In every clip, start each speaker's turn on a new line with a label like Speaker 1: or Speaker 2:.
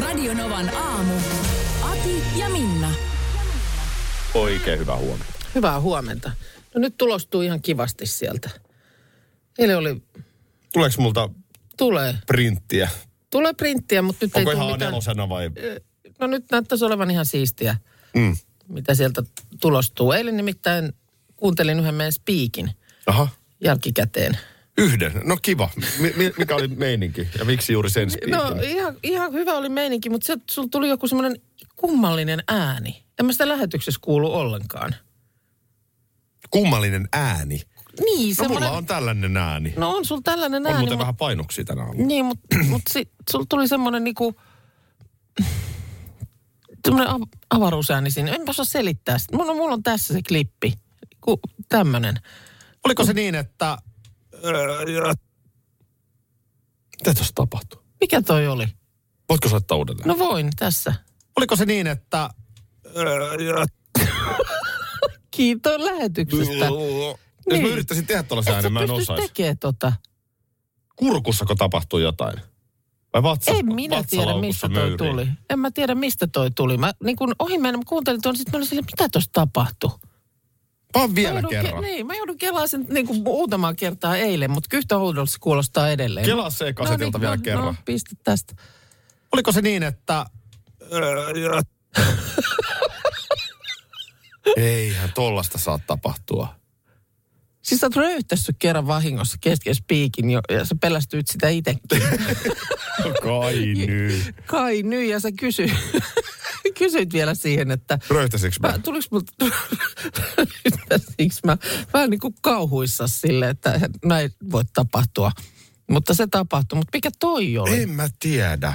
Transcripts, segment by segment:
Speaker 1: Radionovan aamu. Ati ja Minna.
Speaker 2: Oikein hyvää huomenta.
Speaker 3: Hyvää huomenta. No nyt tulostuu ihan kivasti sieltä. Eilen oli,
Speaker 2: Tuleeko multa
Speaker 3: tulee,
Speaker 2: printtiä?
Speaker 3: tulee printtiä, mutta nyt
Speaker 2: Onko
Speaker 3: ei tule
Speaker 2: ihan
Speaker 3: mitään.
Speaker 2: nelosena vai?
Speaker 3: No nyt näyttäisi olevan ihan siistiä,
Speaker 2: Mm.
Speaker 3: mitä sieltä tulostuu. Eilen nimittäin kuuntelin yhden meidän spiikin
Speaker 2: Aha.
Speaker 3: jälkikäteen.
Speaker 2: Yhden. No kiva. Mi- mi- mikä oli meininki? Ja miksi juuri sen spiikin?
Speaker 3: No ihan, ihan hyvä oli meininki, mutta sieltä sulla tuli joku semmoinen kummallinen ääni. En mä sitä lähetyksessä kuulu ollenkaan.
Speaker 2: Kummallinen ääni.
Speaker 3: Niin,
Speaker 2: No
Speaker 3: semmoinen...
Speaker 2: mulla on tällainen ääni.
Speaker 3: No on sulla tällainen
Speaker 2: on
Speaker 3: ääni,
Speaker 2: muuten
Speaker 3: mut-
Speaker 2: vähän painoksia tänä aamuna.
Speaker 3: Niin, mutta mut si, sulla tuli semmoinen niinku, semmoinen av, avaruusääni siinä. En mä osaa selittää sitä. Mulla, mulla on tässä se klippi. Ku, tämmönen.
Speaker 2: Oliko se niin, että... äh, Mitä tuossa tapahtui?
Speaker 3: Mikä toi oli?
Speaker 2: Voitko soittaa uudelleen?
Speaker 3: No voin, tässä.
Speaker 2: Oliko se niin, että... äh,
Speaker 3: Kiitos lähetyksestä.
Speaker 2: Jos mä
Speaker 3: Siis Niin.
Speaker 2: yrittäisin tehdä tuollaisen
Speaker 3: Et sä
Speaker 2: äänen, mä en
Speaker 3: pystyis
Speaker 2: osaisi.
Speaker 3: tekemään tota.
Speaker 2: kurkussako tapahtui jotain? Vai vatsa,
Speaker 3: En minä tiedä, mistä toi
Speaker 2: möyriin?
Speaker 3: tuli. En mä tiedä, mistä toi tuli. Mä niin kun ohi mennen, mä kuuntelin tuon, sit mä olin silleen, mitä tuossa tapahtui?
Speaker 2: Vaan
Speaker 3: Mä
Speaker 2: vielä
Speaker 3: joudun,
Speaker 2: kerran.
Speaker 3: Ke- niin, mä joudun kelaamaan sen niin kuin muutamaa kertaa eilen, mutta yhtä oudolta se kuulostaa edelleen.
Speaker 2: Kelaa se kasetilta vielä kerran.
Speaker 3: No, pistä tästä.
Speaker 2: Oliko se niin, että... Eihän tollasta saa tapahtua.
Speaker 3: Siis sä oot röyhtässyt kerran vahingossa kesken spiikin jo, ja sä pelästyit sitä itsekin.
Speaker 2: Kai nyt.
Speaker 3: Kai No nyt, ja sä kysy, kysyit vielä siihen, että
Speaker 2: Röyhtäisikö mä?
Speaker 3: mä, tuliks multa, röyhtäsinkö mä vähän niin kuin kauhuissa sille, että näin voi tapahtua. Mutta se tapahtui. Mutta mikä toi oli?
Speaker 2: En mä tiedä.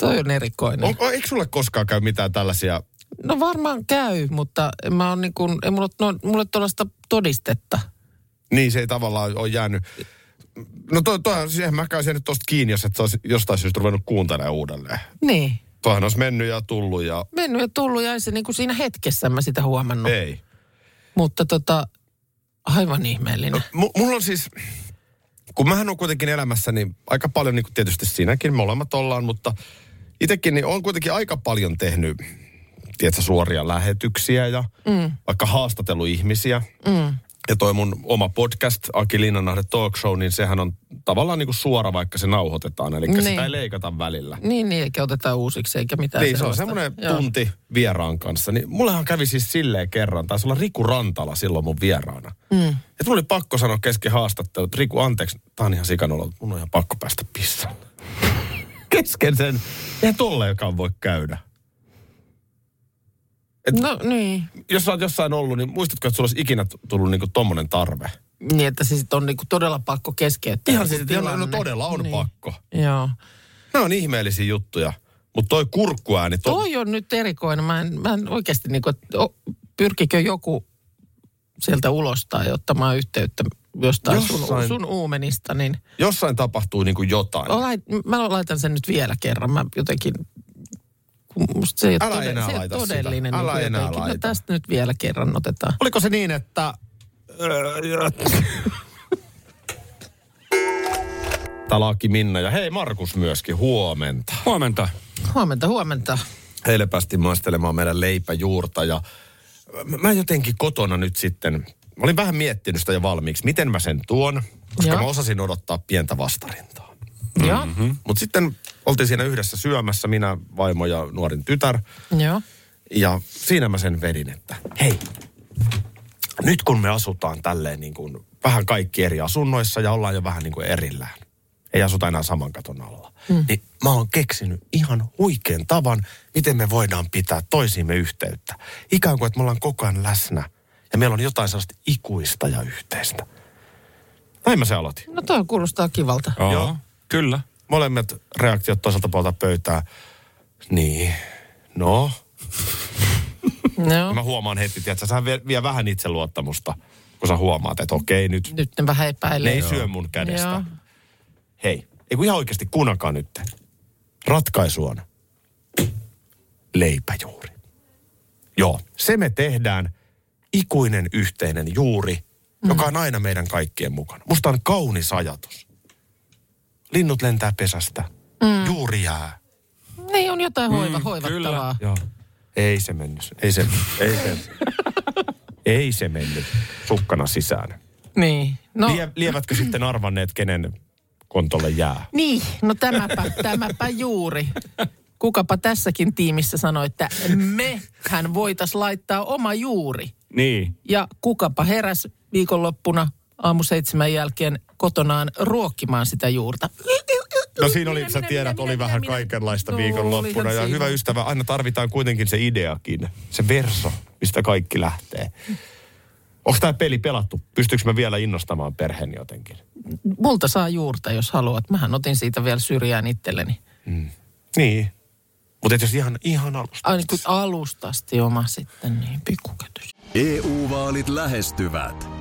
Speaker 3: Toi on erikoinen.
Speaker 2: On, on, eikö sulle koskaan käy mitään tällaisia?
Speaker 3: No varmaan käy, mutta mä oon niin kuin, ei mulla, no, mulla tuollaista todistetta.
Speaker 2: Niin se ei tavallaan ole jäänyt. No toi, toihan, siihen mä käyn nyt tosta kiinni, jos et sä ois jostain syystä ruvennut kuuntelemaan uudelleen.
Speaker 3: Niin.
Speaker 2: Toihan olisi mennyt ja tullut ja
Speaker 3: Mennyt ja tullut ja ei se niin kuin siinä hetkessä mä sitä huomannut.
Speaker 2: ei.
Speaker 3: Mutta tota, aivan ihmeellinen.
Speaker 2: M- mulla on siis, kun mähän on kuitenkin elämässäni aika paljon, niin kuin tietysti sinäkin, me molemmat ollaan, mutta itsekin niin on kuitenkin aika paljon tehnyt, tiedätkö, suoria lähetyksiä ja mm. vaikka haastatellut ihmisiä. Mm. Ja toi mun oma podcast, Aki Linnanahde Talk Show, niin sehän on tavallaan niin kuin suora, vaikka se nauhoitetaan. Eli
Speaker 3: Niin.
Speaker 2: sitä ei leikata välillä.
Speaker 3: Niin, niin, eikä oteta uusiksi eikä mitään
Speaker 2: Niin, se on
Speaker 3: sellaista.
Speaker 2: semmoinen
Speaker 3: Joo.
Speaker 2: tunti vieraan kanssa. Niin mullehan kävi siis silleen kerran, taisi olla Riku Rantala silloin mun vieraana. Mm. Et mulla oli pakko sanoa kesken haastattelun, että Riku, anteeksi, tää on ihan sikanolla, mutta mun on ihan pakko päästä pissalle. kesken sen, eihän tolleenkaan voi käydä.
Speaker 3: No niin.
Speaker 2: Jos sä oot jossain ollut, niin muistatko, että sulla olisi ikinä t- tullut niinku tommonen tarve?
Speaker 3: Niin, että se sit on niinku todella pakko keskeyttää.
Speaker 2: Ihan
Speaker 3: joku
Speaker 2: siis, että no, no
Speaker 3: tilanne.
Speaker 2: todella on niin. pakko.
Speaker 3: Joo.
Speaker 2: Nämä on ihmeellisiä juttuja, mutta toi kurkkuääni, to-
Speaker 3: Toi on nyt erikoinen. Mä en, mä en oikeasti niinku, että o- pyrkikö joku sieltä ulos tai ottamaan yhteyttä jostain sun,
Speaker 2: Jossain.
Speaker 3: sun uumenista, niin
Speaker 2: jossain tapahtuu niinku jotain.
Speaker 3: lait, mä laitan sen nyt vielä kerran. Mä jotenkin, kun musta se ei ole
Speaker 2: Älä
Speaker 3: tode-
Speaker 2: enää
Speaker 3: se ei ole
Speaker 2: laita sitä.
Speaker 3: todellinen.
Speaker 2: Älä
Speaker 3: niinku
Speaker 2: enää
Speaker 3: jotenkin. No
Speaker 2: laita.
Speaker 3: tästä nyt vielä kerran otetaan.
Speaker 2: Oliko se niin, että... Talaki Minna ja hei Markus myöskin, huomenta.
Speaker 4: Huomenta.
Speaker 3: Huomenta, huomenta.
Speaker 2: Heille päästiin maistelemaan meidän leipäjuurta ja mä- mä jotenkin kotona nyt sitten, mä olin vähän miettinyt sitä jo valmiiksi, miten mä sen tuon, koska
Speaker 3: Joo.
Speaker 2: mä osasin odottaa pientä vastarintaa.
Speaker 3: Joo,
Speaker 2: Mutta sitten oltiin siinä yhdessä syömässä, minä, vaimo ja nuorin tytär.
Speaker 3: joo.
Speaker 2: Ja siinä mä sen vedin, että hei, nyt kun me asutaan tälleen niin kuin vähän kaikki eri asunnoissa ja ollaan jo vähän niin kuin erillään, ei asuta enää saman katon alla, mm. niin mä oon keksinyt ihan huikean tavan, miten me voidaan pitää toisiimme yhteyttä. Ikään kuin, että me ollaan koko ajan läsnä ja meillä on jotain sellaista ikuista ja yhteistä. Näin mä se aloitin.
Speaker 3: No toi kuulostaa kivalta.
Speaker 4: Joo.
Speaker 2: Joo.
Speaker 4: Kyllä.
Speaker 2: molemmat reaktiot toiselta puolta pöytää. Niin, no.
Speaker 3: No,
Speaker 2: Mä huomaan heti, että sä vie, vie vähän itseluottamusta, kun sä huomaat, että okei, nyt
Speaker 3: nyt ne vähän
Speaker 2: ne
Speaker 3: epäilee.
Speaker 2: ei syö mun kädestä.
Speaker 3: Joo.
Speaker 2: Hei, ei kun ihan oikeasti kuunnelkaa nyt. Ratkaisu on leipäjuuri. Joo, se me tehdään ikuinen yhteinen juuri,
Speaker 3: Mm.
Speaker 2: joka on aina meidän kaikkien mukana. Musta on kaunis ajatus. Linnut lentää pesästä,
Speaker 3: Mm.
Speaker 2: juuri jää.
Speaker 3: Niin on jotain hoiva, hoivattavaa.
Speaker 2: Joo. Ei se mennyt. Ei se, ei se, ei se mennyt sukkana sisään.
Speaker 3: Niin. No,
Speaker 2: Lie, lievätkö sitten arvanneet, kenen kontolle jää?
Speaker 3: niin, no tämäpä, tämäpä juuri. Kukapa tässäkin tiimissä sanoi, että mehän voitais laittaa oma juuri.
Speaker 4: Niin.
Speaker 3: Ja kukapa heräs viikonloppuna aamu seitsemän jälkeen kotonaan ruokkimaan sitä juurta.
Speaker 2: No siinä oli,
Speaker 3: Minä,
Speaker 2: sä
Speaker 3: minä,
Speaker 2: tiedät,
Speaker 3: minä,
Speaker 2: oli
Speaker 3: minä,
Speaker 2: vähän
Speaker 3: minä.
Speaker 2: kaikenlaista
Speaker 3: No,
Speaker 2: viikonloppuna.
Speaker 3: olihan
Speaker 2: Ja
Speaker 3: siinä.
Speaker 2: hyvä ystävä, aina tarvitaan kuitenkin se ideakin. Se verso, mistä kaikki lähtee. Onko tämä peli pelattu? Pystyykö mä vielä innostamaan perheeni jotenkin?
Speaker 3: Multa saa juurta, jos haluat. Mähän otin siitä vielä syrjään itselleni.
Speaker 2: Niin. Mutta jos ihan, ihan alusta.
Speaker 3: Aina niin kun alustasti oma sitten, niin pikkukätys.
Speaker 5: EU-vaalit E lähestyvät.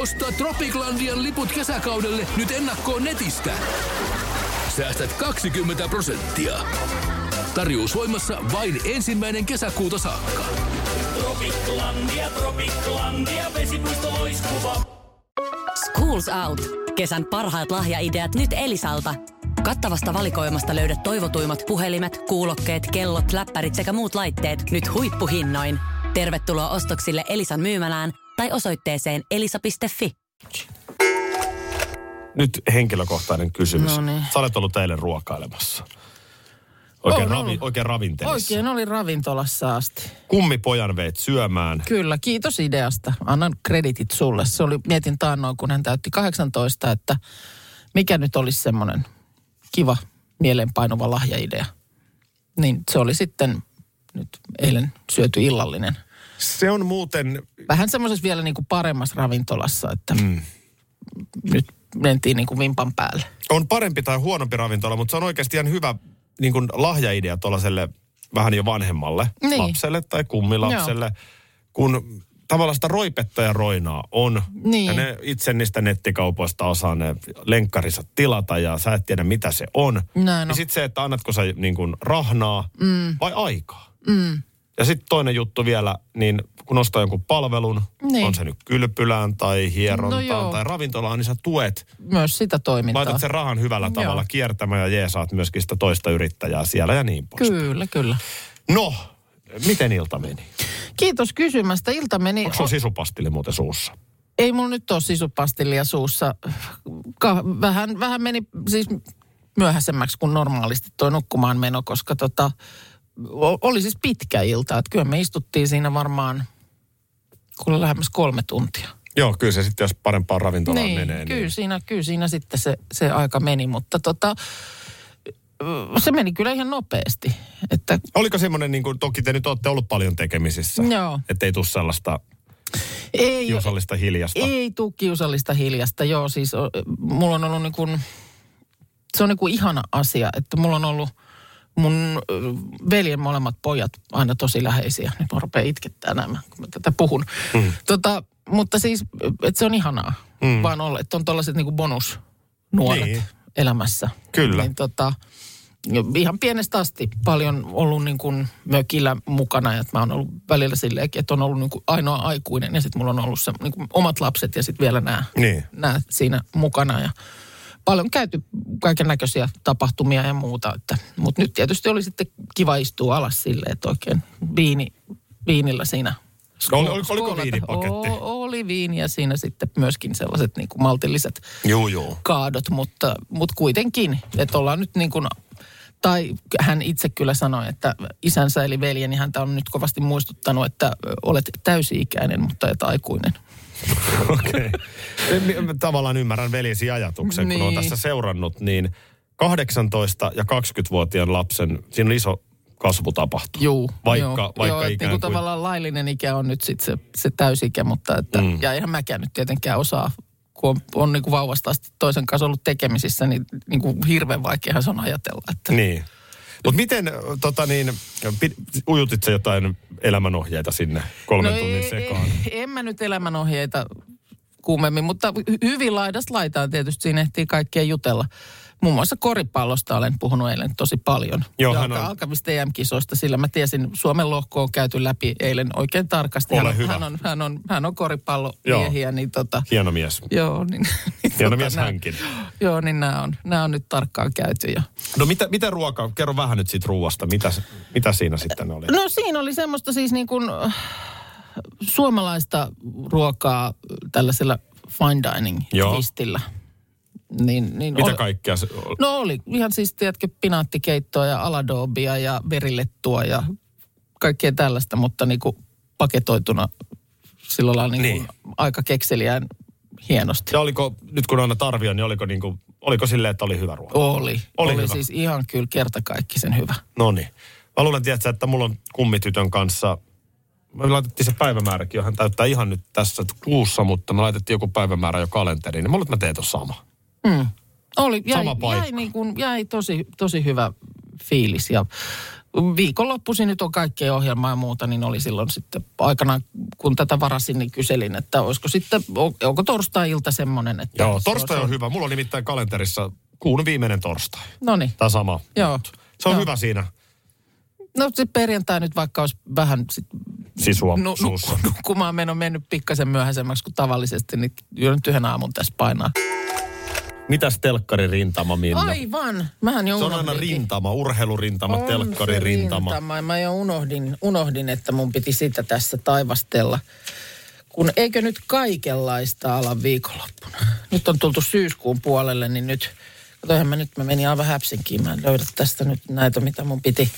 Speaker 6: Osta Tropiclandian liput kesäkaudelle nyt ennakkoon netistä. Säästät 20 prosenttia. Tarjous voimassa vain ensimmäinen kesäkuuta saakka.
Speaker 1: Schools Out. Kesän parhaat lahjaideat nyt Elisalta. Kattavasta valikoimasta löydät toivotuimmat puhelimet, kuulokkeet, kellot, läppärit sekä muut laitteet nyt huippuhinnoin. Tervetuloa ostoksille Elisan myymälään tai osoitteeseen elisa.fi.
Speaker 2: Nyt henkilökohtainen kysymys.
Speaker 3: No niin.
Speaker 2: Sä olet ollut teille ruokailemassa. Oikein,
Speaker 3: Olen
Speaker 2: ravi,
Speaker 3: ollut.
Speaker 2: oikein ravintelissa.
Speaker 3: Oh, no. Oikein oli ravintolassa asti.
Speaker 2: Kummi pojan veit syömään.
Speaker 3: Kyllä, kiitos ideasta. Annan kreditit sulle. Se oli, mietin taannoin, kun hän täytti 18, että mikä nyt olisi semmoinen kiva, mieleenpainuva lahjaidea. Niin se oli sitten nyt eilen syöty illallinen.
Speaker 2: Se on muuten
Speaker 3: Vähän semmoisessa vielä niin kuin paremmassa ravintolassa, että mm. nyt mentiin niin kuin vimpan päälle.
Speaker 2: on parempi tai huonompi ravintola, mutta se on oikeasti ihan hyvä niin kuin lahjaidea tuollaiselle vähän jo vanhemmalle
Speaker 3: Niin.
Speaker 2: lapselle tai kummilapselle, kun tavallaan sitä roipetta ja roinaa on.
Speaker 3: Niin.
Speaker 2: Ja ne itse niistä nettikaupoista osaa ne lenkkarinsa tilata ja sä et tiedä mitä se on.
Speaker 3: Näin
Speaker 2: Ja
Speaker 3: on.
Speaker 2: sitten se, että annatko sä niin kuin rahnaa mm. vai aikaa. Mm. Ja sitten toinen juttu vielä, niin kun ostaa jonkun palvelun,
Speaker 3: Niin. No
Speaker 2: on se nyt kylpylään tai hierontaan
Speaker 3: joo.
Speaker 2: tai ravintolaan, niin sä tuet
Speaker 3: Myös sitä toimintaa.
Speaker 2: Laitat sen rahan hyvällä tavalla
Speaker 3: Joo.
Speaker 2: kiertämään ja jeesaat myöskin sitä toista yrittäjää siellä ja niin pois.
Speaker 3: Kyllä, kyllä.
Speaker 2: No, miten ilta meni?
Speaker 3: Kiitos kysymästä. Ilta meni.
Speaker 2: Onko sun sisupastille muuten suussa?
Speaker 3: Ei mulla nyt ole sisupastillia suussa. Ka- vähän, vähän meni siis myöhäisemmäksi kuin normaalisti tuo nukkumaan meno, koska tota, o- oli siis pitkä ilta. Että kyllä me istuttiin siinä varmaan kuule lähemmäs kolme tuntia.
Speaker 2: Joo, kyllä se sitten, jos parempaan ravintolaan menee.
Speaker 3: kyllä,
Speaker 2: Niin.
Speaker 3: siinä, kyllä siinä sitten se, se aika meni, mutta tota, se meni kyllä ihan nopeasti. Että
Speaker 2: Oliko semmoinen, niin kuin, toki te nyt olette ollut paljon tekemisissä,
Speaker 3: Joo.
Speaker 2: ettei tule sellaista
Speaker 3: ei,
Speaker 2: kiusallista hiljasta.
Speaker 3: Ei tuu kiusallista hiljasta, joo. Siis o, mulla on ollut niin kuin, se on niin kuin ihana asia, että mulla on ollut mun ö, veljen molemmat pojat aina tosi läheisiä. Nyt mä rupean itkettää nämä, kun mä tätä puhun. Mm. Tota, mutta siis, että se on ihanaa mm. vaan olla, että on tällaiset niin kuin bonusnuoret
Speaker 2: Niin.
Speaker 3: niin. elämässä.
Speaker 2: Kyllä.
Speaker 3: Niin tota, ihan pienestä asti paljon ollut niin kuin mökillä mukana. Ja että mä oon ollut välillä silleenkin, että on ollut niin kuin ainoa aikuinen. Ja sitten mulla on ollut se, niin kuin omat lapset ja sitten vielä nämä,
Speaker 2: Niin.
Speaker 3: nämä siinä mukana. Ja paljon käyty kaiken näköisiä tapahtumia ja muuta. Että, mutta nyt tietysti oli sitten kiva istua alas silleen, että oikein viini, viinillä siinä
Speaker 2: No, oli, oliko, oliko
Speaker 3: Skoolata.
Speaker 2: viinipaketti?
Speaker 3: O- oli viiniä siinä sitten myöskin sellaiset niin kuin maltilliset
Speaker 2: Juu, juu.
Speaker 3: kaadot, mutta, mutta kuitenkin, että ollaan nyt niin kuin, tai hän itse kyllä sanoi, että isänsä eli veljeni häntä on nyt kovasti muistuttanut, että ö, olet täysi-ikäinen, mutta et aikuinen.
Speaker 2: Okei. Okay. Tavallaan ymmärrän veljesi ajatuksen, kun olen
Speaker 3: Niin.
Speaker 2: tässä seurannut, niin 18- ja 20-vuotiaan lapsen, siinä on iso kasvutapahtuma.
Speaker 3: Juu,
Speaker 2: Vaikka,
Speaker 3: joo,
Speaker 2: vaikka
Speaker 3: joo, et
Speaker 2: ikään
Speaker 3: niin
Speaker 2: kuin...
Speaker 3: kuin tavallaan laillinen ikä on nyt sitten se, se täysikä, mutta että, mm. ja eihän mäkään nyt tietenkään osaa, kun on, on niin kuin vauvasta asti toisen kanssa ollut tekemisissä, niin, niin kuin hirveän vaikeahan se on ajatella, että
Speaker 2: Niin. Mutta miten, äh, tota niin, pid- ujutit sä jotain elämänohjeita sinne kolmen tunnin sekaan?
Speaker 3: No En, en mä nyt elämänohjeita kummemmin, mutta hy- hyvin laidasta laitaan tietysti. Siinä ehtii kaikkea jutella. Muun muassa koripallosta olen puhunut eilen tosi paljon.
Speaker 2: Joo,
Speaker 3: ja
Speaker 2: hän on-
Speaker 3: alka- alkavista EM-kisoista, sillä mä tiesin, Suomen lohko on käyty läpi eilen oikein tarkasti.
Speaker 2: Ole
Speaker 3: hän, on-
Speaker 2: hyvä.
Speaker 3: Hän on, hän on, hän on koripallomiehiä, niin tota...
Speaker 2: Hieno mies.
Speaker 3: Joo, niin, niin
Speaker 2: Hieno mies
Speaker 3: nää-
Speaker 2: hänkin.
Speaker 3: Joo, niin nämä on, nämä on nyt tarkkaan käyty. Ja.
Speaker 2: No mitä, mitä ruokaa? Kerro vähän nyt siitä ruoasta. Mitä, mitä siinä sitten oli?
Speaker 3: No siinä oli semmoista siis niin kuin äh, suomalaista ruokaa tällaisella fine dining
Speaker 2: Joo.
Speaker 3: twistillä. Niin, niin
Speaker 2: Mitä
Speaker 3: oli-
Speaker 2: kaikkea? se-
Speaker 3: No oli ihan siis, tiedätkö, pinaattikeittoa ja aladobia ja verilettua ja kaikkea tällaista, mutta niin kuin paketoituna sillä lailla niin kuin aika kekseliään hienosti.
Speaker 2: Ja oliko, nyt kun Anna Tarvio, niin oliko, niinku, oliko silleen, että oli hyvä ruoka?
Speaker 3: Oli.
Speaker 2: Oli
Speaker 3: Oli,
Speaker 2: hyvä.
Speaker 3: oli siis ihan kyllä kertakaikkisen hyvä.
Speaker 2: No niin. Mä luulen, tiedätkö, että mulla on kummitytön kanssa, me laitettiin se päivämääräkin jo, hän täyttää ihan nyt tässä kuussa, mutta me laitettiin joku päivämäärä jo kalenteriin, niin mä luulen, että mä teen tuossa sama.
Speaker 3: Mm. Oli, jäi,
Speaker 2: Sama paikka.
Speaker 3: jäi, niin kuin, jäi tosi, tosi hyvä fiilis ja viikonloppuisin nyt on kaikkea ohjelmaa ja muuta, niin oli silloin sitten aikanaan, kun tätä varasin, niin kyselin, että olisiko sitten, on- onko torstai-ilta semmoinen, että...
Speaker 2: Joo,
Speaker 3: se
Speaker 2: torstai on hyvä. Mulla on nimittäin kalenterissa kuun viimeinen torstai.
Speaker 3: No niin,
Speaker 2: Tämä sama.
Speaker 3: joo.
Speaker 2: Se on
Speaker 3: joo.
Speaker 2: hyvä siinä
Speaker 3: No sitten perjantai nyt vaikka olisi vähän sit
Speaker 2: sisua
Speaker 3: nu, nu,
Speaker 2: suussa.
Speaker 3: nukkumaan meno mennyt pikkasen myöhäisemmäksi kuin tavallisesti, niin jo nyt yhden aamun tässä painaa.
Speaker 2: Mitäs telkkaririntama, Minna?
Speaker 3: Aivan, mähän jo
Speaker 2: se on aina
Speaker 3: unohdinkin.
Speaker 2: rintama, urheilurintama,
Speaker 3: On se
Speaker 2: telkkaririntama.
Speaker 3: rintama. Mä jo unohdin, unohdin, että mun piti sitä tässä taivastella. Kun eikö nyt kaikenlaista ala viikonloppuna? Nyt on tultu syyskuun puolelle, niin nyt... Katoinhan mä nyt, mä menin aivan häpsinkiin. Mä en löydä tästä nyt näitä, mitä mun piti.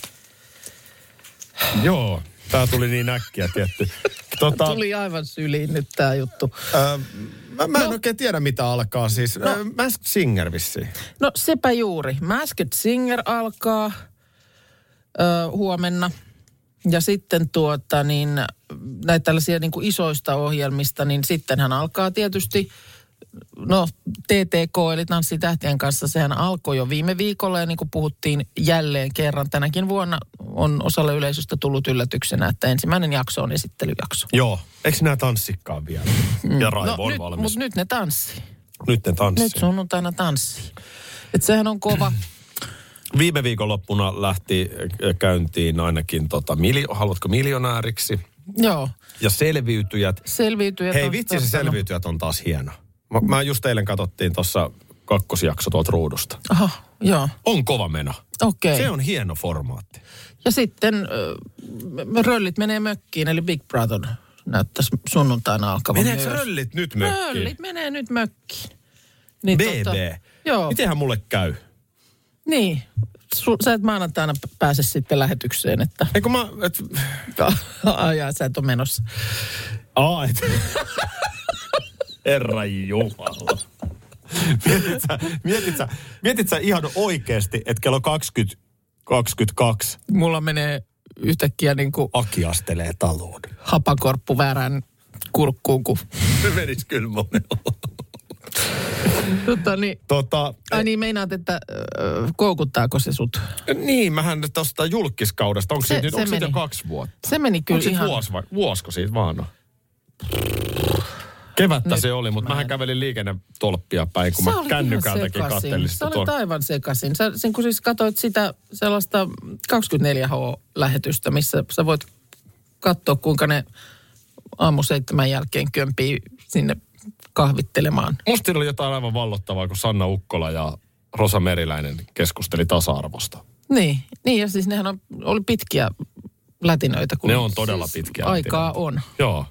Speaker 2: Joo, tää tuli niin äkkiä tietty. Tota,
Speaker 3: Tuli No. aivan syliin nyt tää juttu.
Speaker 2: Ö, mä, mä en oikein tiedä, mitä alkaa siis. No. Masked Singer vissiin.
Speaker 3: No sepä juuri. Masked Singer alkaa ö, huomenna. Ja sitten tuota niin, näitä tällaisia niin kuin isoista ohjelmista, niin sittenhän alkaa tietysti, no TTK eli Tanssitähtien kanssa, sehän alkoi jo viime viikolla ja niin kuin puhuttiin jälleen kerran tänäkin vuonna on osalle yleisöstä tullut yllätyksenä, että ensimmäinen jakso on esittelyjakso. No,
Speaker 2: Joo. Eikö nämä tanssikaan vielä? Mm. Ja Raivo on
Speaker 3: nyt,
Speaker 2: valmis.
Speaker 3: mut nyt ne tanssii.
Speaker 2: Nyt ne tanssii.
Speaker 3: Nyt sunnuntaina tanssii. Et sehän on kova.
Speaker 2: Viime viikonloppuna lähti äh, käyntiin ainakin, tota, miljo, haluatko miljonääriksi?
Speaker 3: Joo.
Speaker 2: Ja selviytyjät.
Speaker 3: selviytyjä.
Speaker 2: Hei
Speaker 3: taas no.
Speaker 2: vitsi, se
Speaker 3: tarttunut.
Speaker 2: selviytyjät on taas hieno. Mä, mä just eilen katsottiin tuossa kakkosjakso tuolta ruudusta.
Speaker 3: Aha, joo,
Speaker 2: On kova meno.
Speaker 3: okei.
Speaker 2: Se
Speaker 3: Okay.
Speaker 2: on hieno formaatti.
Speaker 3: Ja sitten ö, m- röllit menee mökkiin, eli Big Brother näyttäisi sunnuntaina alkavan
Speaker 2: Meneekö
Speaker 3: myös.
Speaker 2: röllit nyt mökkiin?
Speaker 3: Röllit menee nyt mökkiin. Niin,
Speaker 2: BB.
Speaker 3: joo, Miten?
Speaker 2: Mitenhän mulle käy?
Speaker 3: niin. Su, sä et maanantaina p- pääse sitten lähetykseen, että
Speaker 2: Eikö mä... Et...
Speaker 3: ajaa, sä et ole menossa.
Speaker 2: Aa, et... Herra Jumala. Mietit sä, mietit, sä, mietit sä ihan oikeesti, että kello 20, 22
Speaker 3: Mulla menee yhtäkkiä niin kuin
Speaker 2: Aki astelee taloon.
Speaker 3: hapakorppu väärään kurkkuun, kun...
Speaker 2: Se menisi kyllä monella.
Speaker 3: Tota, niin,
Speaker 2: Tota,
Speaker 3: ai niin, meinaat, että ö, koukuttaako se sut?
Speaker 2: niin, mähän nyt tosta julkiskaudesta, onko
Speaker 3: Se-
Speaker 2: siitä, nyt,
Speaker 3: se
Speaker 2: onko siitä jo
Speaker 3: meni.
Speaker 2: kaksi vuotta?
Speaker 3: Se meni kyllä
Speaker 2: Onko siitä
Speaker 3: ihan...
Speaker 2: vuosi vai, vuosiko siitä vaan on? Kevättä
Speaker 3: Nyt
Speaker 2: se oli, mutta
Speaker 3: mä
Speaker 2: mähän
Speaker 3: en-
Speaker 2: kävelin liikennetolppia päin, kun
Speaker 3: Sä
Speaker 2: mä
Speaker 3: olit ihan
Speaker 2: kännykältäkin
Speaker 3: sekasin.
Speaker 2: kattelin sitä
Speaker 3: Sä
Speaker 2: tuon-
Speaker 3: olit aivan sekaisin. Sä sen kun siis katsoit sitä sellaista 24H-lähetystä, missä sä voit katsoa, kuinka ne aamu seitsemän jälkeen kömpii sinne kahvittelemaan.
Speaker 2: Musta siinä oli jotain aivan vallottavaa, kun Sanna Ukkola ja Rosa Meriläinen keskusteli tasa-arvosta.
Speaker 3: Niin, niin ja siis nehän on, oli pitkiä lätinöitä. Kun siis
Speaker 2: Ne on todella pitkiä
Speaker 3: Aikaa
Speaker 2: lätinöitä.
Speaker 3: on.
Speaker 2: Joo.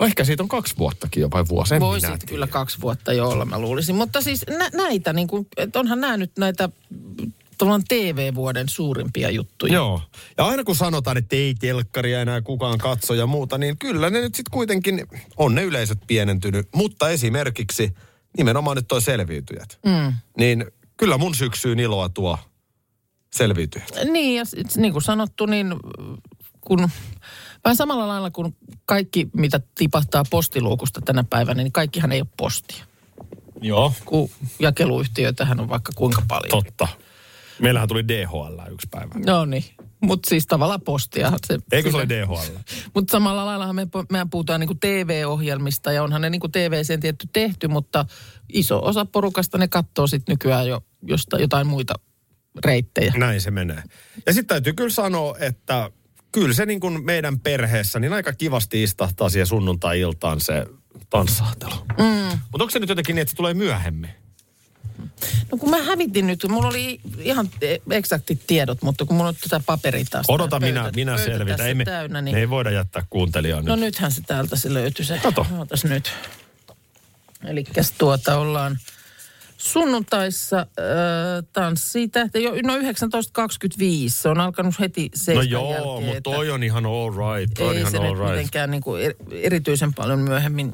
Speaker 2: No Ehkä siitä on kaksi vuottakin jo, vai vuosi. En
Speaker 3: Voisi
Speaker 2: minä tiedä.
Speaker 3: kyllä kaksi vuotta jo olla, mä luulisin. Mutta siis nä- näitä, niin kuin, että onhan nämä nyt näitä mm, tavallaan TV-vuoden suurimpia juttuja.
Speaker 2: Joo. Ja aina kun sanotaan, että ei telkkaria enää kukaan katso ja muuta, niin kyllä ne nyt sitten kuitenkin, on ne yleisöt pienentynyt. Mutta esimerkiksi nimenomaan nyt toi selviytyjät. Mm. Niin kyllä mun syksyyn iloa tuo selviytyjät.
Speaker 3: Niin, ja sit, niin kuin sanottu, niin mm, kun, vähän samalla lailla kuin kaikki, mitä tipahtaa postiluukusta tänä päivänä, niin kaikkihan ei ole postia.
Speaker 2: Joo.
Speaker 3: Kun jakeluyhtiöitähän on vaikka kuinka paljon.
Speaker 2: Totta. Meillähän tuli DHL yksi päivä.
Speaker 3: No niin, mutta siis tavallaan postia. Se,
Speaker 2: Eikö se ole DHL?
Speaker 3: Mutta samalla laillahan me, po- mehän puhutaan niinku TV-ohjelmista ja onhan ne niinku TV-sen tietty tehty, mutta iso osa porukasta ne katsoo sitten nykyään jo josta, jotain muita reittejä.
Speaker 2: Näin se menee. Ja sitten täytyy kyllä sanoa, että kyllä se niin kuin meidän perheessä, niin aika kivasti istahtaa siihen sunnuntai-iltaan se tanssahtelu. Mm. Mutta onko se nyt jotenkin niin, että se tulee myöhemmin?
Speaker 3: No kun mä hävitin nyt, mulla oli ihan e- eksaktit tiedot, mutta kun mulla on tätä paperia taas.
Speaker 2: Odota,
Speaker 3: tää
Speaker 2: minä, minä
Speaker 3: pöytä
Speaker 2: selvitän.
Speaker 3: tässä
Speaker 2: Ei, me,
Speaker 3: täynnä, niin...
Speaker 2: me ei voida jättää kuuntelijaa
Speaker 3: No
Speaker 2: nyt.
Speaker 3: nythän se täältä se löytyi se.
Speaker 2: Kato.
Speaker 3: Ootas nyt. Eli tuota ollaan sunnuntaissa äh, tanssii tähtä. Jo, no 19.25, se on alkanut heti
Speaker 2: No
Speaker 3: seitsemän
Speaker 2: joo,
Speaker 3: jälkeen.
Speaker 2: mutta
Speaker 3: että
Speaker 2: toi on ihan all right. Toi on
Speaker 3: Ei
Speaker 2: ihan
Speaker 3: se
Speaker 2: all
Speaker 3: nyt
Speaker 2: right.
Speaker 3: mitenkään niin kuin erityisen paljon myöhemmin,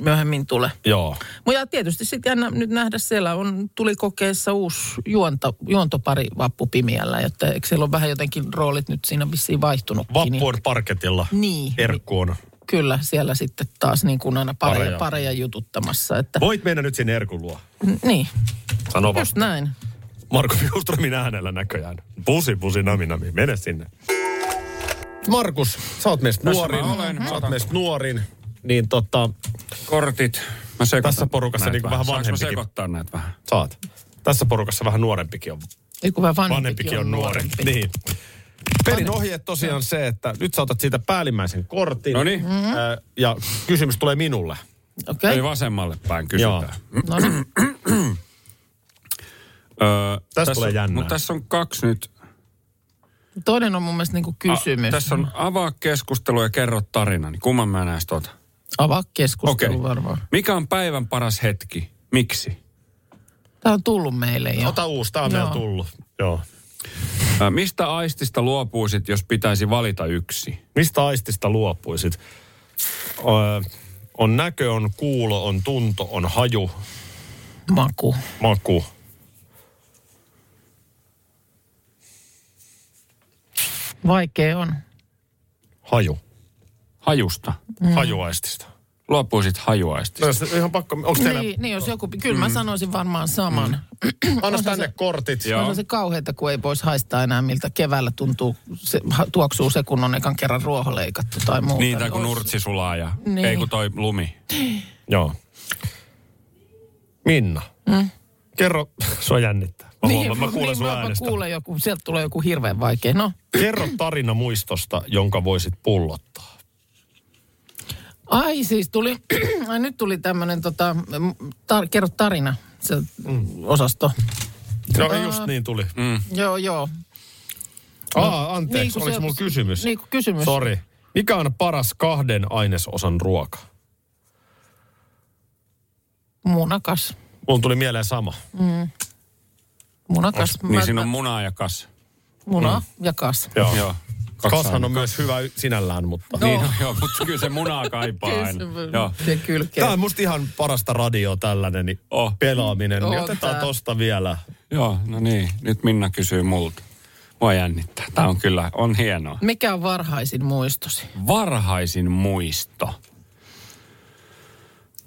Speaker 3: myöhemmin tule.
Speaker 2: Joo.
Speaker 3: Mutta tietysti sitten jännä nyt nähdä, siellä on, tuli kokeessa uusi juonta, juontopari vappupimiällä, että eikö siellä ole vähän jotenkin roolit nyt siinä vissiin vaihtunutkin.
Speaker 2: Vappu
Speaker 3: niin-
Speaker 2: on parketilla.
Speaker 3: Niin.
Speaker 2: Erkku on.
Speaker 3: Kyllä, siellä sitten taas niin kuin aina
Speaker 2: Pareja.
Speaker 3: pareja, pareja jututtamassa. Että,
Speaker 2: Voit mennä nyt sinne Erkun luo.
Speaker 3: N- niin,
Speaker 2: Sano
Speaker 3: just
Speaker 2: vasta.
Speaker 3: näin.
Speaker 2: Marko Bjurströmin äänellä näköjään. Pusi, pusi, nami, nami. Mene sinne. Markus, sä oot meistä
Speaker 4: Tässä mä
Speaker 2: nuorin.
Speaker 4: olen.
Speaker 2: Sä oot meistä nuorin. Niin tota,
Speaker 4: kortit. Mä sekoitan
Speaker 2: Tässä porukassa
Speaker 4: näitä
Speaker 2: niinku vähän
Speaker 4: Saanko mä
Speaker 2: vanhempikin.
Speaker 4: sekoittaa näitä vähän?
Speaker 2: saat. Tässä porukassa vähän nuorempikin on
Speaker 3: Ei kun vähän
Speaker 2: vanhempikin on nuorempi. Niin. Pelin ohjeet tosiaan se, että nyt sä otat siitä päällimmäisen kortin. Mm-hmm.
Speaker 4: Noniin.
Speaker 2: Ää, Ja kysymys tulee minulle.
Speaker 3: Niin. Okei,
Speaker 4: Ei
Speaker 3: okay.
Speaker 4: vasemmalle päin kysytään.
Speaker 3: no niin.
Speaker 4: Öö,
Speaker 2: tulee jännää.
Speaker 4: Mutta tässä on kaksi nyt.
Speaker 3: Toinen on mun mielestä niin kuin
Speaker 2: Ah,
Speaker 3: kysymys.
Speaker 4: tässä on avaa keskustelu ja kerro tarina. Niin kumman mä näistä otan?
Speaker 3: Avaa keskustelu
Speaker 4: Okei.
Speaker 3: okay. varmaan.
Speaker 4: Mikä on päivän paras hetki? Miksi?
Speaker 3: Tämä on tullut meille jo.
Speaker 2: No. Ota uusi, tää on
Speaker 3: Joo.
Speaker 2: meillä tullut. Joo.
Speaker 4: Ö, mistä aistista luopuisit, jos pitäisi valita yksi?
Speaker 2: Mistä aistista luopuisit? Öö, on näkö, on kuulo, on tunto, on haju,
Speaker 3: Maku.
Speaker 2: maku.
Speaker 3: Vaikea on.
Speaker 2: Haju.
Speaker 4: Hajusta.
Speaker 2: Mm. Hajuaistista.
Speaker 4: Luopuisit
Speaker 2: No,
Speaker 4: hajuaistista.
Speaker 2: jos ihan pakko, onko teillä,
Speaker 3: Niin, niin, jos joku, kyllä
Speaker 2: Mm.
Speaker 3: mä sanoisin varmaan saman. Mm.
Speaker 2: anna tänne kortit.
Speaker 4: Joo.
Speaker 3: On se kauheita, kun ei voisi haistaa enää, miltä keväällä tuntuu, se, ha- tuoksuu se, kun on ekan kerran ruoho leikattu tai muuta. No.
Speaker 4: Niin, tai kun
Speaker 3: Ois-
Speaker 4: nurtsi sulaa ja
Speaker 3: Niin.
Speaker 4: ei kun toi lumi.
Speaker 2: Joo. Minna. Mm. Kerro, sua jännittää. Mä,
Speaker 3: Niin,
Speaker 2: huomaan, mä kuulen
Speaker 3: niin,
Speaker 2: sun
Speaker 3: mä- mä
Speaker 2: äänestä.
Speaker 3: kuulen joku, sieltä tulee joku hirveän vaikea. No,
Speaker 2: Kerro tarina muistosta, jonka voisit pullottaa.
Speaker 3: ai siis tuli, ai nyt tuli tämmönen tota, mm, tar, kerro tarina, se
Speaker 4: Mm.
Speaker 3: osasto.
Speaker 2: No ei just niin tuli. Mm. No.
Speaker 3: Joo, joo.
Speaker 2: Aa, anteeksi,
Speaker 3: kun
Speaker 2: oliko
Speaker 3: se-
Speaker 2: mulla kysymys?
Speaker 3: niin, kun kysymys.
Speaker 2: Sori. Mikä on paras kahden ainesosan ruoka?
Speaker 3: Munakas.
Speaker 2: Mulla tuli mieleen sama.
Speaker 3: Munakas.
Speaker 4: Niin siinä on mm. munaa ja kas.
Speaker 3: muna ja kas.
Speaker 2: Joo.
Speaker 4: Joo. Kaksi
Speaker 2: Kashan on myös hyvä y- sinällään, mutta...
Speaker 4: Niin, no, joo, mutta kyllä se munaa kaipaa aina. Joo.
Speaker 3: Se kylkeen.
Speaker 2: Tämä on musta ihan parasta radioa tällainen niin
Speaker 4: Oh.
Speaker 2: pelaaminen. Niin
Speaker 3: On
Speaker 2: otetaan
Speaker 3: tää.
Speaker 2: tosta vielä.
Speaker 4: joo, no niin. Nyt Minna kysyy multa. Mua jännittää. Tämä on kyllä, on hienoa.
Speaker 3: Mikä on varhaisin muistosi?
Speaker 4: Varhaisin muisto.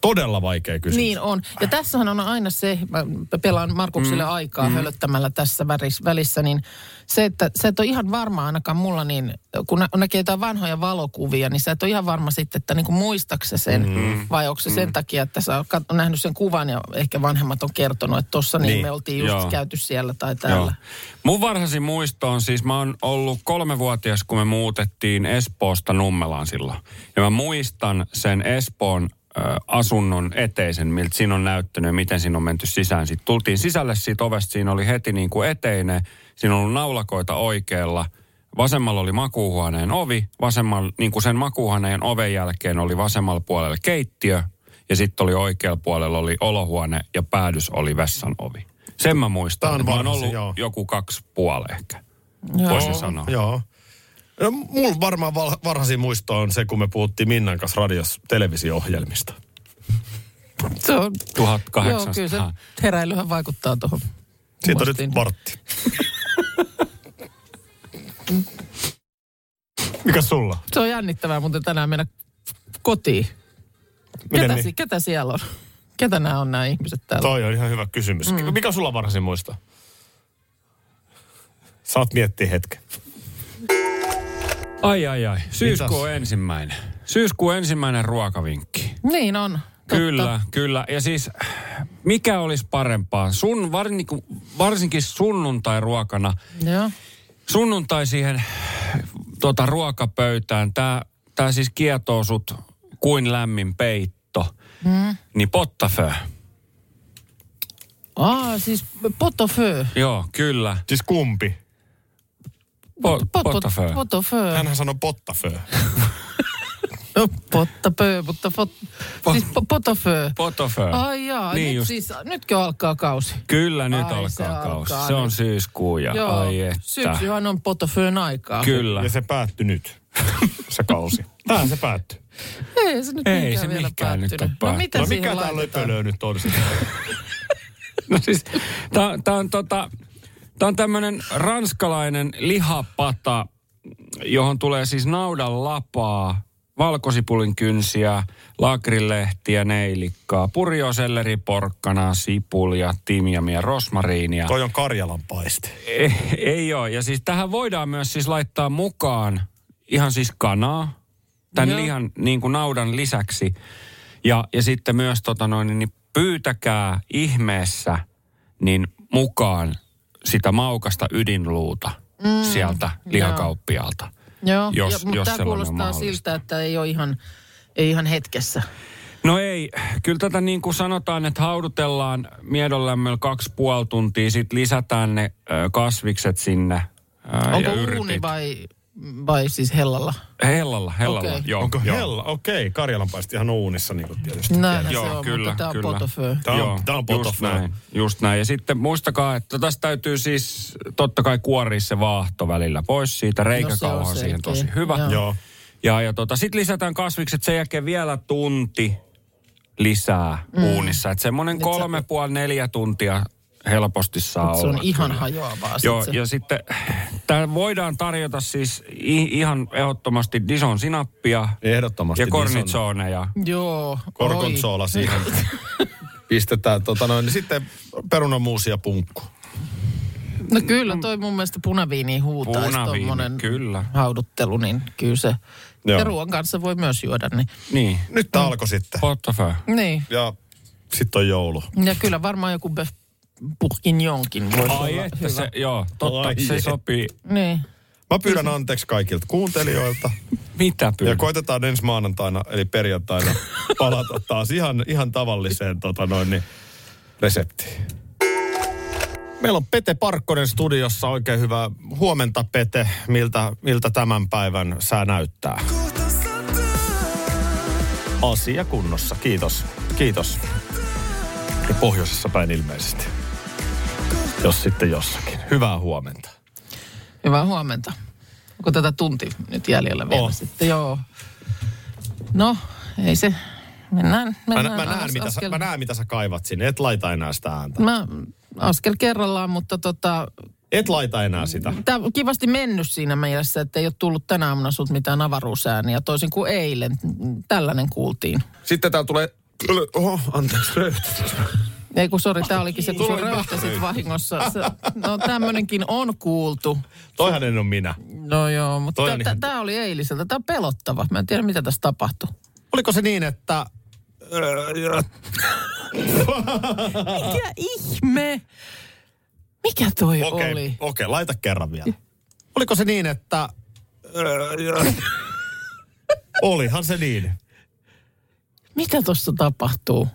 Speaker 2: Todella vaikea kysymys.
Speaker 3: Niin on. Ja tässähän on aina se, mä pelaan Markukselle aikaa mm. hölöttämällä tässä väris- välissä, niin se, että sä et ole ihan varma ainakaan mulla, niin kun nä- näkee jotain vanhoja valokuvia, niin sä et ole ihan varma sitten, että niin muistaksä sen, mm. vai onko se sen takia, että sä oot kat- nähnyt sen kuvan ja ehkä vanhemmat on kertonut, että tossa niin,
Speaker 2: Niin,
Speaker 3: me oltiin just
Speaker 4: joo.
Speaker 3: käyty siellä tai täällä.
Speaker 4: Joo. Mun varhaisin muisto on siis, mä oon ollut kolmevuotias, kun me muutettiin Espoosta Nummelaan silloin. Ja mä muistan sen Espoon ö, asunnon eteisen, miltä siinä on näyttänyt ja miten siinä on menty sisään. Sitten tultiin sisälle siitä ovesta, siinä oli heti niin kuin eteinen, siinä on ollut naulakoita oikealla, Vasemmalla oli makuuhuoneen ovi, vasemmalla, niin kuin sen makuuhuoneen oven jälkeen oli vasemmalla puolella keittiö ja sitten oli oikealla puolella oli olohuone ja päädys oli vessan ovi. Sen mä
Speaker 2: Tää
Speaker 4: muistan.
Speaker 2: on
Speaker 4: että Mä oon
Speaker 2: varmasti,
Speaker 4: ollut
Speaker 2: joo.
Speaker 4: joku kaksi puoli ehkä. Voisin sanoa.
Speaker 2: Joo. No, mulla varmaan val- varhaisin muisto on se, kun me puhuttiin Minnan kanssa radios televisio-ohjelmista.
Speaker 3: Se on, joo,
Speaker 4: 1800.
Speaker 3: kyllä se heräilyhän vaikuttaa tuohon.
Speaker 2: Siitä on
Speaker 3: muistiin.
Speaker 2: nyt vartti. Mikä sulla?
Speaker 3: Se on jännittävää muuten tänään mennä kotiin.
Speaker 2: Miten
Speaker 3: Ketä,
Speaker 2: niin?
Speaker 3: si- ketä siellä on? Ketä nämä on nämä ihmiset täällä?
Speaker 2: Toi on ihan hyvä kysymys. Mm. Mikä sulla on varhaisin muisto? Saat miettiä hetken.
Speaker 4: Ai ai ai. Syyskuun
Speaker 2: Mitäs?
Speaker 4: ensimmäinen. Syyskuun ensimmäinen ruokavinkki.
Speaker 3: Niin on. Totta.
Speaker 4: Kyllä, kyllä. Ja siis mikä olisi parempaa? Sun, varniku- varsinkin sunnuntai-ruokana.
Speaker 3: Joo.
Speaker 4: Sunnuntai siihen tota, ruokapöytään. Tämä tää siis kietoo sut kuin lämmin peitto. Mm. Niin pottafö.
Speaker 3: Aa, siis potofö.
Speaker 4: Joo, kyllä.
Speaker 2: Siis kumpi?
Speaker 4: Po- pottafö.
Speaker 3: Potofö.
Speaker 2: Hänhän sanoi pottafö.
Speaker 3: No, pottapö, mutta fot... siis po- potofö.
Speaker 4: Potafö.
Speaker 3: Ai jaa,
Speaker 4: Niin
Speaker 3: niin nyt
Speaker 4: just.
Speaker 3: siis, nytkö alkaa kausi?
Speaker 4: Kyllä nyt
Speaker 3: Ai,
Speaker 4: alkaa
Speaker 3: se
Speaker 4: kausi.
Speaker 3: alkaa
Speaker 4: Se on
Speaker 3: nyt.
Speaker 4: syyskuu ja ai että.
Speaker 3: syksyhän on potofön aikaa.
Speaker 4: Kyllä.
Speaker 2: Ja se päättyi nyt. se kausi. Tähän se päättyi.
Speaker 3: Ei se nyt
Speaker 4: Ei
Speaker 3: mikään
Speaker 4: se
Speaker 3: vielä
Speaker 4: mikään nyt
Speaker 3: päättynyt.
Speaker 4: on päättynyt.
Speaker 3: No mitä
Speaker 2: No
Speaker 3: siihen
Speaker 2: mikä täällä oli
Speaker 3: laitetaan?
Speaker 2: pölö nyt on sitten?
Speaker 4: No siis, tää, tää on tota, tää on tämmönen ranskalainen lihapata, johon tulee siis naudan lapaa, valkosipulin kynsiä, lakrilehtiä, neilikkaa, purjoselleri, porkkana, sipulia, timjamia, rosmariinia.
Speaker 2: Toi on Karjalan paisti.
Speaker 4: Ei, ei ole. Ja siis tähän voidaan myös siis laittaa mukaan ihan siis kanaa tämän
Speaker 3: Joo.
Speaker 4: lihan niin kuin naudan lisäksi. Ja, ja sitten myös tota noin, niin pyytäkää ihmeessä niin mukaan sitä maukasta ydinluuta mm, sieltä lihakauppialta.
Speaker 3: Joo,
Speaker 4: Jos-
Speaker 3: ja, mutta
Speaker 4: jos
Speaker 3: tämä
Speaker 4: sellainen on
Speaker 3: kuulostaa
Speaker 4: mahdollista.
Speaker 3: siltä, että ei ole ihan, ei ihan hetkessä.
Speaker 4: No ei, kyllä tätä niin kuin sanotaan, että haudutellaan miedonlämmöllä kaksi puoli tuntia, sitten lisätään ne ö, kasvikset sinne. ö,
Speaker 3: Onko
Speaker 4: ja yrtit.
Speaker 3: uuni vai, vai siis hellalla?
Speaker 4: Hellalla, hellalla,
Speaker 3: Okei.
Speaker 4: joo.
Speaker 2: Onko
Speaker 4: joo.
Speaker 2: hella? Okei, Karjalan paisti ihan uunissa niin kuin tietysti.
Speaker 3: Näinhän
Speaker 4: Joo,
Speaker 3: se on,
Speaker 4: kyllä,
Speaker 3: mutta tämä on
Speaker 4: kyllä.
Speaker 3: potofö.
Speaker 2: Tää on-
Speaker 4: Joo,
Speaker 2: tää on
Speaker 4: just
Speaker 2: potofö.
Speaker 4: näin, just näin. Ja sitten muistakaa, että tässä täytyy siis totta kai kuoria se vaahto välillä pois
Speaker 3: No
Speaker 4: siitä. Reikäkauha on
Speaker 3: selkeä.
Speaker 4: siihen tosi hyvä.
Speaker 3: Joo.
Speaker 2: Joo.
Speaker 4: Ja, ja tota, sitten lisätään kasvikset sen jälkeen vielä tunti lisää
Speaker 3: Mm.
Speaker 4: uunissa. Että semmoinen kolme puoli neljä tuntia helposti saa
Speaker 3: Se on
Speaker 4: olla.
Speaker 3: ihan hajoavaa. sit
Speaker 4: Joo,
Speaker 3: se.
Speaker 4: ja sitten tämä voidaan tarjota siis i- ihan ehdottomasti Dison sinappia
Speaker 2: Ehdottomasti.
Speaker 4: ja
Speaker 2: Dison.
Speaker 4: kornitsoneja.
Speaker 3: Joo. oi.
Speaker 2: Korkonsola siihen. Pistetään tota noin, niin sitten perunamuusi ja punkku.
Speaker 3: No kyllä, toi mun mielestä punaviini huutaa.
Speaker 4: Punaviini,
Speaker 3: Punaviini,
Speaker 4: kyllä.
Speaker 3: hauduttelu, niin kyllä se.
Speaker 2: Joo.
Speaker 3: Ja ruoan kanssa voi myös juoda, niin.
Speaker 4: Niin.
Speaker 2: Nyt tää alkoi sitten.
Speaker 4: Portofö.
Speaker 3: Niin.
Speaker 2: Ja sitten on joulu.
Speaker 3: Ja kyllä varmaan joku bœuf bourguignonkin voi
Speaker 4: Ai
Speaker 3: olla
Speaker 4: että
Speaker 3: hyvä.
Speaker 4: se, joo, totta,
Speaker 2: Ai
Speaker 4: se
Speaker 2: et.
Speaker 4: sopii.
Speaker 3: Niin.
Speaker 2: Mä pyydän anteeksi kaikilta kuuntelijoilta.
Speaker 4: Mitä
Speaker 2: Ja
Speaker 4: pyydät?
Speaker 2: koitetaan ensi maanantaina, eli perjantaina, palata taas ihan, ihan tavalliseen tota noin, niin, reseptiin. Meillä on Pete Parkkonen studiossa. Oikein hyvää huomenta, Pete. Miltä, miltä tämän päivän sää näyttää? Asia kunnossa. Kiitos. Kiitos. Ja pohjoisessa päin ilmeisesti. Jos sitten jossakin. Hyvää huomenta.
Speaker 3: Hyvää huomenta. Onko tätä tunti nyt jäljellä vielä
Speaker 2: On.
Speaker 3: sitten? Joo. No, ei se. Mennään,
Speaker 2: Mä,
Speaker 3: mennään
Speaker 2: mä, näen,
Speaker 3: as-
Speaker 2: mitä sä,
Speaker 3: askel.
Speaker 2: mä näen, mitä sä kaivat sinne. Et laita enää sitä ääntä.
Speaker 3: Mä askel kerrallaan, mutta tota,
Speaker 2: Et laita enää sitä.
Speaker 3: tämä on kivasti mennyt siinä mielessä, että ei ole tullut tänä aamuna sut mitään avaruusääniä, toisin kuin eilen. Tällainen kuultiin.
Speaker 2: Sitten täällä tulee... Oho, anteeksi.
Speaker 3: Ei kun sori, tämä olikin se, kun sun
Speaker 2: Tuli
Speaker 3: röyhtäsit vahingossa. Se, no tämmöinenkin on kuultu.
Speaker 2: Toihan en ole minä.
Speaker 3: No joo, mutta
Speaker 2: Toi on ihan-
Speaker 3: tämä oli eiliseltä. Tämä on pelottava. Mä en tiedä, mitä tässä tapahtui.
Speaker 2: Oliko se niin, että... Öö,
Speaker 3: Mikä ihme? Mikä toi
Speaker 2: Okei,
Speaker 3: oli?
Speaker 2: okei, laita kerran vielä. Oliko se niin, että... Öö, Olihan se niin.
Speaker 3: Mitä tuossa tapahtuu?